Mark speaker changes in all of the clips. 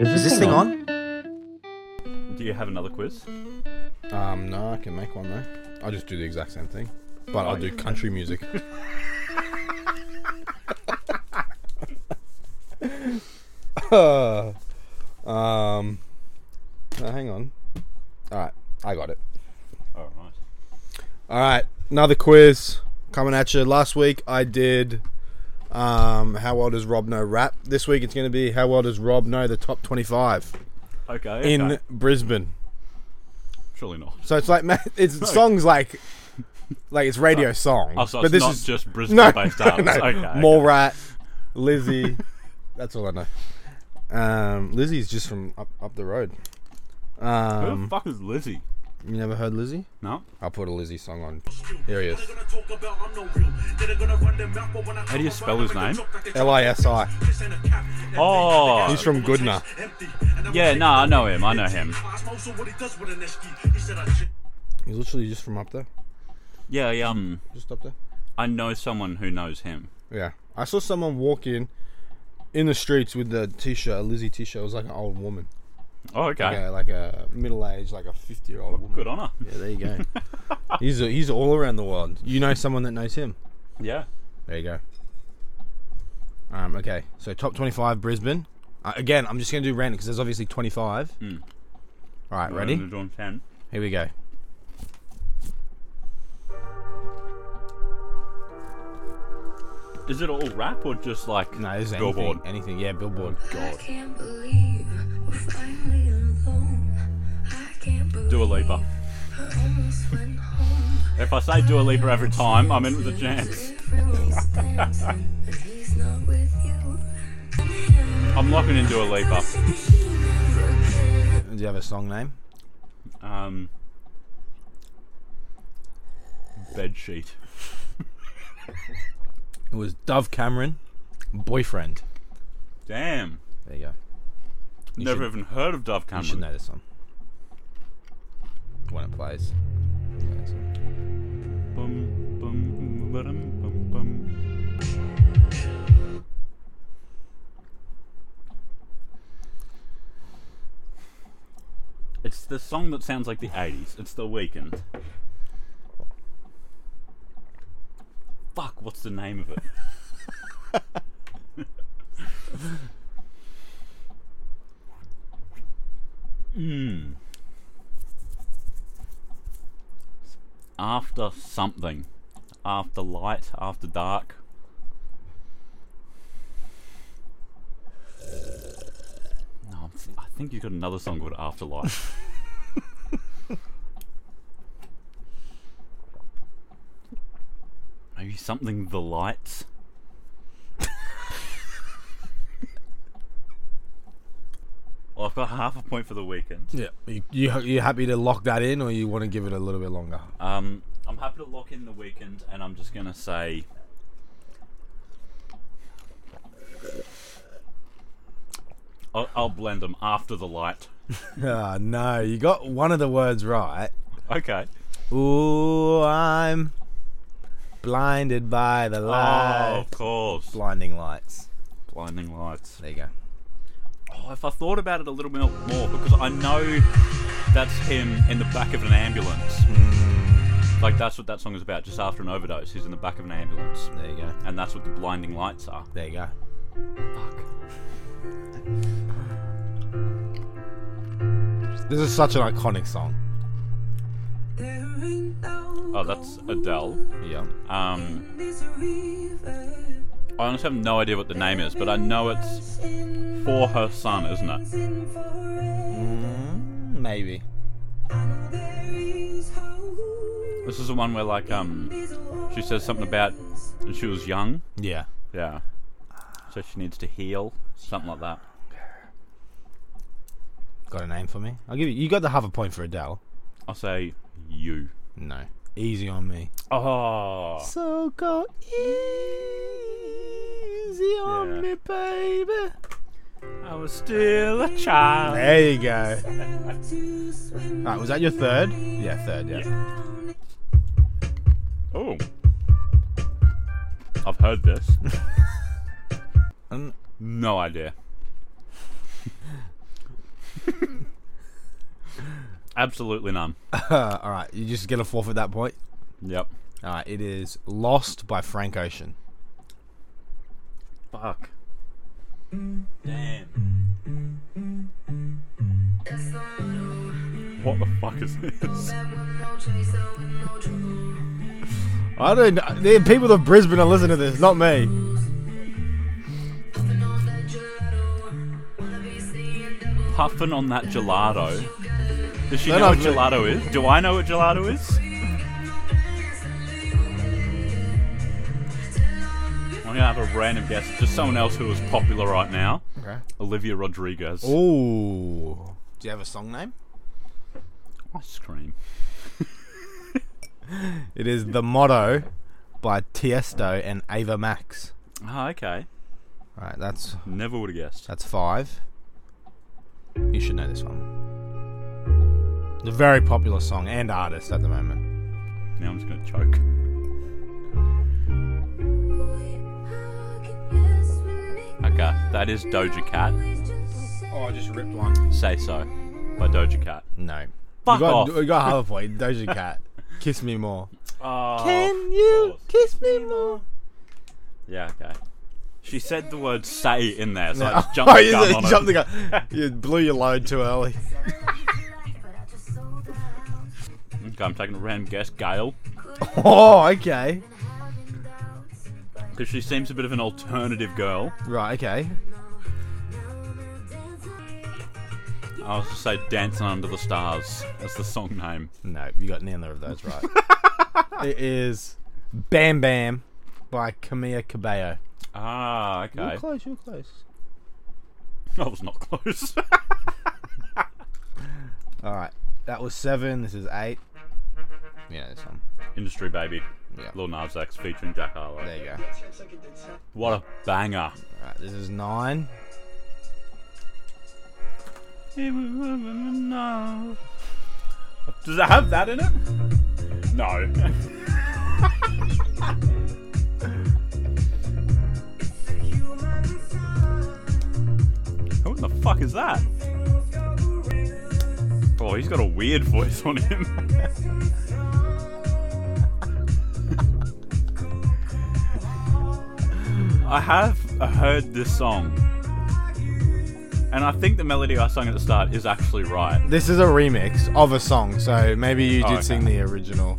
Speaker 1: Is
Speaker 2: Is this thing on?
Speaker 3: Do you have another quiz?
Speaker 1: Um, no, I can make one though. I'll just do the exact same thing, but I'll do country music. Uh, um, no, hang on. All right, I got it.
Speaker 3: All right.
Speaker 1: All right, another quiz coming at you. Last week I did. Um, how well does Rob know rap? This week it's going to be how well does Rob know the top twenty-five
Speaker 3: Okay. okay.
Speaker 1: in Brisbane.
Speaker 3: surely not.
Speaker 1: So it's like ma- it's songs like like it's radio songs.
Speaker 3: Oh, so
Speaker 1: but
Speaker 3: it's
Speaker 1: this
Speaker 3: not
Speaker 1: is
Speaker 3: just
Speaker 1: no,
Speaker 3: Brisbane-based
Speaker 1: no,
Speaker 3: artists.
Speaker 1: no.
Speaker 3: Okay. okay.
Speaker 1: Morat, Lizzie. that's all I know. Um, Lizzie's just from up, up the road.
Speaker 3: Who the
Speaker 1: Um,
Speaker 3: fuck is Lizzie?
Speaker 1: you never heard Lizzie?
Speaker 3: No.
Speaker 1: I'll put a Lizzie song on. Here he is.
Speaker 3: How do you spell his name?
Speaker 1: L I S I.
Speaker 3: Oh.
Speaker 1: He's from Goodna.
Speaker 3: yeah. No, I know him. I know him.
Speaker 1: He's literally just from up there.
Speaker 3: Yeah. I, Um.
Speaker 1: Just up there.
Speaker 3: I know someone who knows him.
Speaker 1: Yeah. I saw someone walk in in the streets with the t shirt, a Lizzie t shirt. It was like an old woman.
Speaker 3: Oh, okay.
Speaker 1: Yeah, like a middle aged, like a 50 year old woman.
Speaker 3: Good honor.
Speaker 1: Yeah, there you go. he's a, he's all around the world. You know someone that knows him.
Speaker 3: Yeah.
Speaker 1: There you go. Um, okay, so top twenty-five Brisbane. Uh, again, I'm just gonna do random because there's obviously twenty-five.
Speaker 3: Hmm.
Speaker 1: All right, ready?
Speaker 3: We're doing ten.
Speaker 1: Here we go.
Speaker 3: Is it all rap or just like
Speaker 1: No, this is anything.
Speaker 3: billboard? Oh,
Speaker 1: Anything? Yeah, Billboard.
Speaker 3: God.
Speaker 4: can't believe we're finally alone. I can't believe
Speaker 3: Dua Lipa.
Speaker 4: I almost went home.
Speaker 3: If I say Dua Lipa every time, I'm in with a chance.
Speaker 4: Everyone's dancing, and he's not with you. And him.
Speaker 3: I'm locking in Dua Lipa.
Speaker 4: Said that he never cared.
Speaker 1: Do you have a song name?
Speaker 3: Um, bed sheet.
Speaker 1: It was Dove Cameron, boyfriend.
Speaker 3: Damn.
Speaker 1: There you go. You
Speaker 3: Never
Speaker 1: should-
Speaker 3: even heard of Dove
Speaker 1: You should
Speaker 3: Cameron.
Speaker 1: know this one when it plays.
Speaker 3: Bum, bum, ba-dum, bum, bum. It's the song that sounds like the 80s. It's The Weekend. Fuck, what's the name of it? Hmm. After something. After light, after dark. No, I'm th- I think you got another song called Afterlight. Maybe something the lights. well, I've got half a point for the weekend.
Speaker 1: Yeah. You, you you happy to lock that in, or you want to give it a little bit longer?
Speaker 3: Um, I'm happy to lock in the weekend, and I'm just gonna say. I'll, I'll blend them after the light.
Speaker 1: Ah, no, you got one of the words right.
Speaker 3: Okay.
Speaker 1: Ooh, I'm blinded by the
Speaker 3: Oh,
Speaker 1: light.
Speaker 3: of course.
Speaker 1: Blinding lights.
Speaker 3: Blinding lights.
Speaker 1: There you go.
Speaker 3: Oh, if I thought about it a little bit more, because I know that's him in the back of an ambulance. Like that's what that song is about. Just after an overdose, he's in the back of an ambulance,
Speaker 1: There you go.
Speaker 3: and that's what the blinding lights are.
Speaker 1: There you go.
Speaker 3: Fuck.
Speaker 1: This is such an iconic song.
Speaker 3: Oh, that's Adele.
Speaker 1: Yeah.
Speaker 3: Um, I honestly have no idea what the name is, but I know it's for her son, isn't it?
Speaker 1: Maybe.
Speaker 3: This is the one where like um, she says something about when she was young.
Speaker 1: Yeah.
Speaker 3: Yeah. So she needs to heal, something like that.
Speaker 1: Got a name for me? I'll give you. You got the half a point for Adele.
Speaker 3: I'll say you.
Speaker 1: No. Easy on me.
Speaker 3: Oh,
Speaker 1: So go easy
Speaker 3: on me,
Speaker 1: baby.
Speaker 3: I was still a child.
Speaker 1: There you go. Alright, was that your third? Yeah, third, yeah.
Speaker 3: Oh, I've heard this.
Speaker 1: Um,
Speaker 3: No idea. absolutely numb.
Speaker 1: all right, you just get a forfeit that point.
Speaker 3: Yep.
Speaker 1: All right, it is Lost by Frank Ocean.
Speaker 3: Fuck. Damn.
Speaker 4: That's the motto.
Speaker 3: What the fuck is this?
Speaker 4: Back with no chaser, with no trouble.
Speaker 1: I don't. The people of Brisbane are listening to this, not me.
Speaker 4: Puffin' on that gelato. Wanna be seeing double.
Speaker 3: Puffing on that gelato. Does she
Speaker 1: Then
Speaker 3: know what
Speaker 1: I've-
Speaker 3: gelato is? Do I know what gelato is? I'm gonna have a random guess. Just someone else who is popular right now.
Speaker 1: Okay.
Speaker 3: Olivia Rodriguez.
Speaker 1: Oh. Ooh. Do you have a song name?
Speaker 3: Ice cream.
Speaker 1: It is The Motto by Tiesto and Ava Max.
Speaker 3: Ah, okay.
Speaker 1: All right, that's
Speaker 3: Never would have guessed.
Speaker 1: that's five. You should know this one. The very popular song and artist at the moment.
Speaker 3: Now I'm just gonna choke. Okay, that is Doja Cat.
Speaker 1: Oh, I just ripped one.
Speaker 3: Say so by Doja Cat.
Speaker 1: No.
Speaker 3: Fuck
Speaker 1: we got,
Speaker 3: off.
Speaker 1: We got half a point. Doja Cat. Kiss me more.
Speaker 3: Oh, of course.
Speaker 1: kiss me more?
Speaker 3: Yeah, okay. She said the word "say" in there, so I
Speaker 1: Oh,
Speaker 3: just jumped the
Speaker 1: you
Speaker 3: gun on
Speaker 1: just jumped
Speaker 3: it.
Speaker 1: the gun. You blew your load too early.
Speaker 3: Okay, I'm taking a random guess, Gail,
Speaker 1: Oh, okay.
Speaker 3: because she seems a bit of an alternative girl.
Speaker 1: Right, okay.
Speaker 3: I was just say "Dancing Under the Stars" as the song name.
Speaker 1: No, you got neither of those right. it is Bam Bam by Camilla Cabello.
Speaker 3: Ah, okay.
Speaker 1: close, you're close.
Speaker 3: I was not close.
Speaker 1: All right, that was seven. This is eight. Yeah, this one.
Speaker 3: Industry baby,
Speaker 1: Yeah,
Speaker 3: Lil Nas X featuring Jack Harlow.
Speaker 1: there you go.
Speaker 3: What a banger!
Speaker 1: All right, this is nine.
Speaker 3: Does it have that in it? No. Who in the fuck is that? Oh, he's got a weird voice on him. I have heard this song, and I think the melody I sung at the start is actually right.
Speaker 1: This is a remix of a song, so maybe you
Speaker 3: Oh,
Speaker 1: did
Speaker 3: okay.
Speaker 1: sing the original.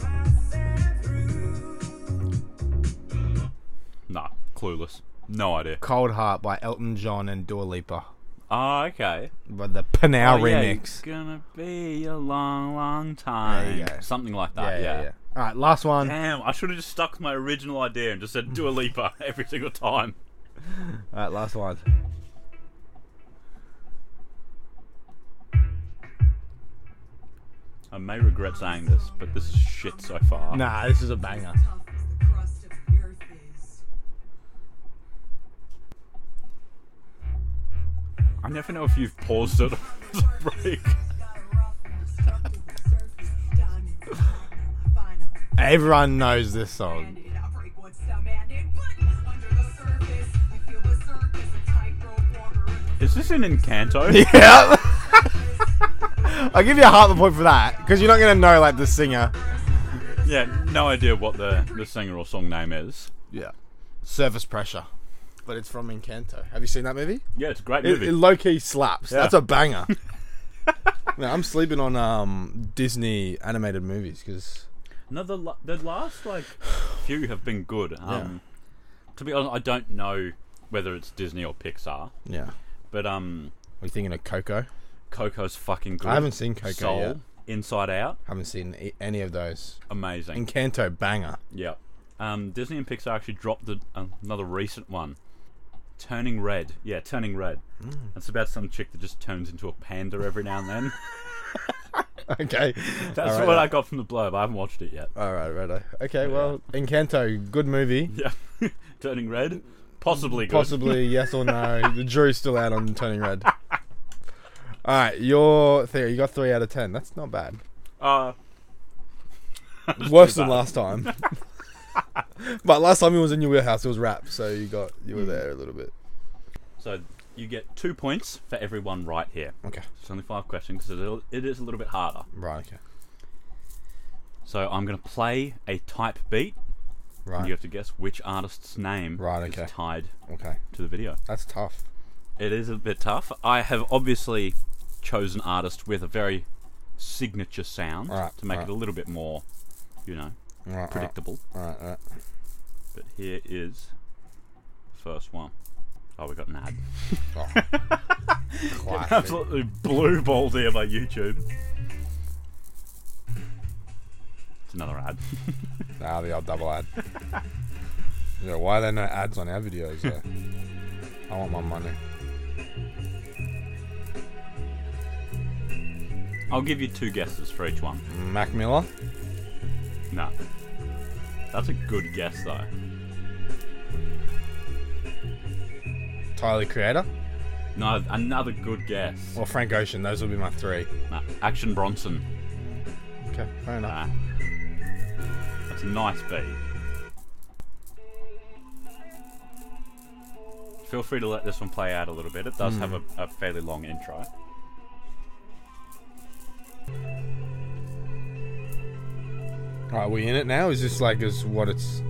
Speaker 3: Nah, clueless. No idea.
Speaker 1: "Cold Heart" by Elton John and Dua Lipa,
Speaker 3: Oh, okay.
Speaker 1: but the Panau
Speaker 3: Oh, yeah,
Speaker 1: remix.
Speaker 3: it's gonna be a long, long time.
Speaker 1: There you go.
Speaker 3: Something like that. Yeah.
Speaker 1: All right, last one. All
Speaker 3: Damn, I should have just stuck with my original idea and just said do a leaper every single time.
Speaker 1: right, last one.
Speaker 3: I may regret saying this, but this is shit so far.
Speaker 1: Nah, this is a banger.
Speaker 2: tough as the crust of the earth is.
Speaker 3: I never know if you've paused it to break.
Speaker 2: Got a rough and destructible surface. Diamond, platinum, final.
Speaker 1: Everyone knows this song.
Speaker 2: Banded, I break what's demanded, but under the surface, I feel the surface of tightrope walker in the
Speaker 3: Is this in Encanto?
Speaker 1: Yeah. I'll give you a half a point for that because you're not gonna know like the singer.
Speaker 3: yeah, no idea what the, the singer or song name is.
Speaker 1: Yeah. Surface pressure. But it's from Encanto. Have you seen that movie?
Speaker 3: Yeah, it's a great
Speaker 1: It,
Speaker 3: movie.
Speaker 1: it low key slaps.
Speaker 3: Yeah.
Speaker 1: That's a banger. Man, I'm sleeping on um, Disney animated movies because
Speaker 3: No, the, la- the last like few have been good. Um, To be honest, I don't know whether it's Disney or Pixar,
Speaker 1: yeah,
Speaker 3: but um,
Speaker 1: we're thinking of Coco.
Speaker 3: Coco's fucking good.
Speaker 1: I haven't seen Coco
Speaker 3: Soul,
Speaker 1: yet.
Speaker 3: Inside Out,
Speaker 1: Haven't seen e- any of those.
Speaker 3: amazing.
Speaker 1: Encanto banger.
Speaker 3: yeah. Um, Disney and Pixar actually dropped the, um another recent one, Turning Red. Yeah, Turning Red.
Speaker 1: Mm.
Speaker 3: It's about some chick that just turns into a panda every now and then.
Speaker 1: Okay, uh,
Speaker 3: That's what I got from the blurb. I haven't watched it yet.
Speaker 1: All right, righto. Okay, well, Encanto, good movie.
Speaker 3: Yeah, Turning Red, possibly good.
Speaker 1: Possibly yes or no. the jury's still out on turning red. All right, your theory. You got three out of ten. That's not bad.
Speaker 3: Uh,
Speaker 1: Worse than last time.
Speaker 3: Hmm.
Speaker 1: but last time it was in your wheelhouse. It was rap, so you got you were there a little bit.
Speaker 3: so you get two points for everyone right here.
Speaker 1: Okay.
Speaker 3: It's only five questions, so it is a little bit harder.
Speaker 1: Right. Okay.
Speaker 3: So I'm going to play a type beat, and
Speaker 1: Right.
Speaker 3: you have to guess which artist's name
Speaker 1: Right, okay.
Speaker 3: is tied
Speaker 1: okay.
Speaker 3: to the video.
Speaker 1: That's tough.
Speaker 3: It is a bit tough. I have obviously chosen artist with a very signature sound
Speaker 1: Alright,
Speaker 3: to make
Speaker 1: alright.
Speaker 3: it a little bit more, you know,
Speaker 1: Right, right,
Speaker 3: predictable.
Speaker 1: Right. Right.
Speaker 3: But here is the first one. Oh, we got an ad.
Speaker 1: Oh. Classic.
Speaker 3: Absolutely blue balled here by YouTube. It's another ad.
Speaker 1: Nah, the old double ad. yeah, why are there no ads on our videos? though? I want my money.
Speaker 3: I'll give you two guesses for each one.
Speaker 1: Mac Miller.
Speaker 3: No. That's a good guess though.
Speaker 1: Tyler the Creator
Speaker 3: No, another good guess.
Speaker 1: or Frank Ocean. Those will be my three.
Speaker 3: No, Action Bronson.
Speaker 1: Okay, fair enough.
Speaker 3: Nah. That's a nice beat. Feel free to let this one play out a little bit. It does have a, a fairly long intro.
Speaker 1: All right, we in it now? Is this like is what it's?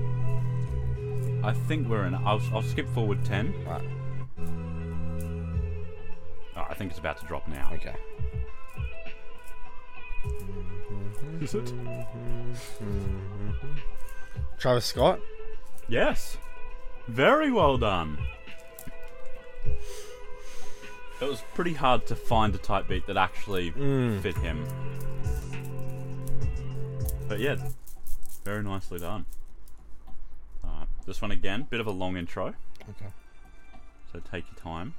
Speaker 3: I think we're in. I'll, I'll skip forward 10.
Speaker 1: Right,
Speaker 3: Oh, I think it's about to drop now.
Speaker 1: okay.
Speaker 3: Is it?
Speaker 1: Travis Scott.
Speaker 3: Yes. Very well done. It was pretty hard to find a type beat that actually fit him. But yeah, very nicely done. Alright, this one again, bit of a long intro,
Speaker 1: Okay.
Speaker 3: so take your time.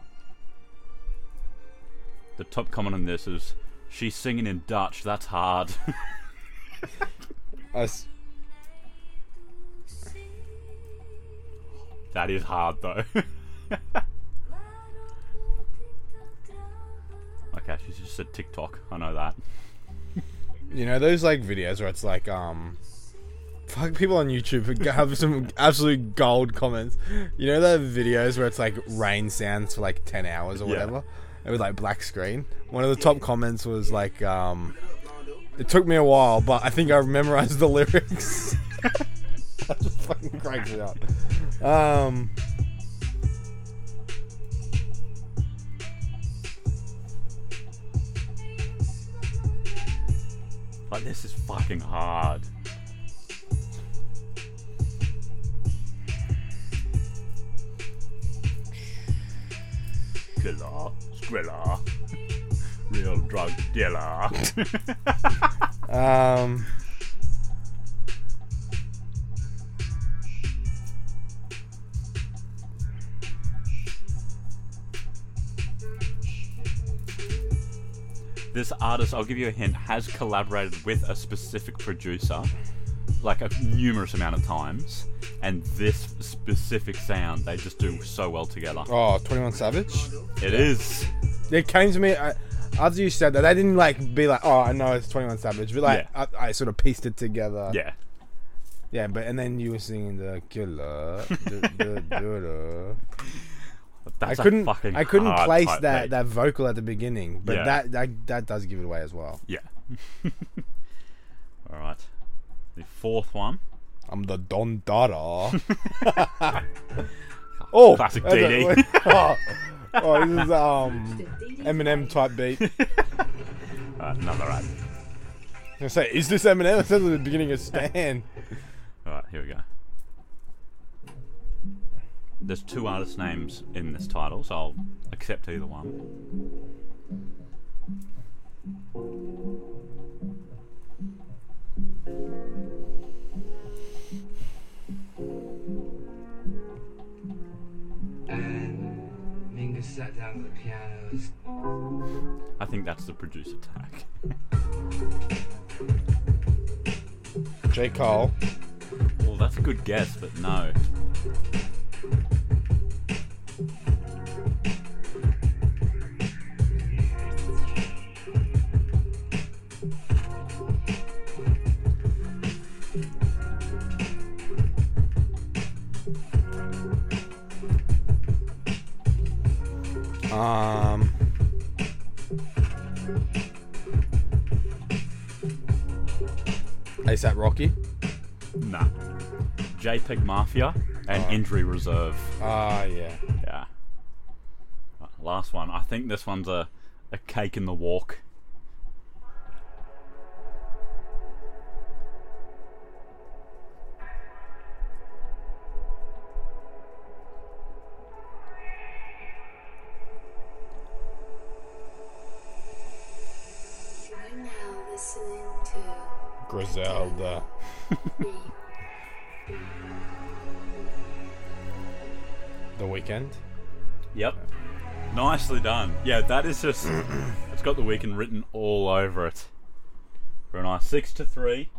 Speaker 3: The top comment on this is she's singing in Dutch, that's hard.
Speaker 1: I s-
Speaker 3: that is hard though. okay, she just said TikTok, I know that.
Speaker 1: you know those like videos where it's like um, fuck people on YouTube have some absolute gold comments. You know the videos where it's like rain sounds for like ten hours or
Speaker 3: Yeah.
Speaker 1: whatever. It was like black screen. One of the top comments was like um, it took me a while, but I think I memorized the lyrics. that just fucking cranks it up. Um.
Speaker 3: Like this is fucking hard. Killer, skrilla, real drug dealer.
Speaker 1: Um.
Speaker 3: this artist, I'll give you a hint, has collaborated with a specific producer, like a numerous amount of times, and this specific sound they just do so well together.
Speaker 1: Oh, 21 Savage.
Speaker 3: It is.
Speaker 1: It came to me I, after you said that. I didn't like be like, oh, I know it's 21 Savage, but like
Speaker 3: Yeah.
Speaker 1: I, I sort of pieced it together.
Speaker 3: Yeah.
Speaker 1: Yeah, but and then you were singing the killer. duh, duh, duh, duh. I
Speaker 3: That's a
Speaker 1: couldn't.
Speaker 3: fucking
Speaker 1: I couldn't
Speaker 3: hard
Speaker 1: place
Speaker 3: type
Speaker 1: that
Speaker 3: beat.
Speaker 1: that vocal at the beginning, but
Speaker 3: Yeah.
Speaker 1: that, that that does give it away as well.
Speaker 3: Yeah. All right. The fourth one.
Speaker 1: I'm the Don Dada. oh,
Speaker 3: Classic
Speaker 1: that's a-
Speaker 3: DD.
Speaker 1: oh, oh, this is um Eminem type beat.
Speaker 3: Uh, another ad.
Speaker 1: I was gonna say, is this Eminem? It says at the beginning of Stan.
Speaker 3: All right, here we go. There's two artist names in this title, so I'll accept either one.
Speaker 5: And Mingus sat down at the piano and
Speaker 3: I think that's the producer tag.
Speaker 1: J. Cole.
Speaker 3: Well, that's a good guess, but no.
Speaker 1: Um, ASAP Rocky.
Speaker 3: Nah. JPEG Mafia and
Speaker 1: Oh.
Speaker 3: Injury Reserve.
Speaker 1: Ah, yeah.
Speaker 3: Yeah. Right, Last one. I think this one's a, a cake in the walk.
Speaker 4: You're now listening to
Speaker 1: Griselda. the weekend.
Speaker 3: Yep. Nicely done. Yeah, that is just. it's got the weekend written all over it. Very nice. Six to three.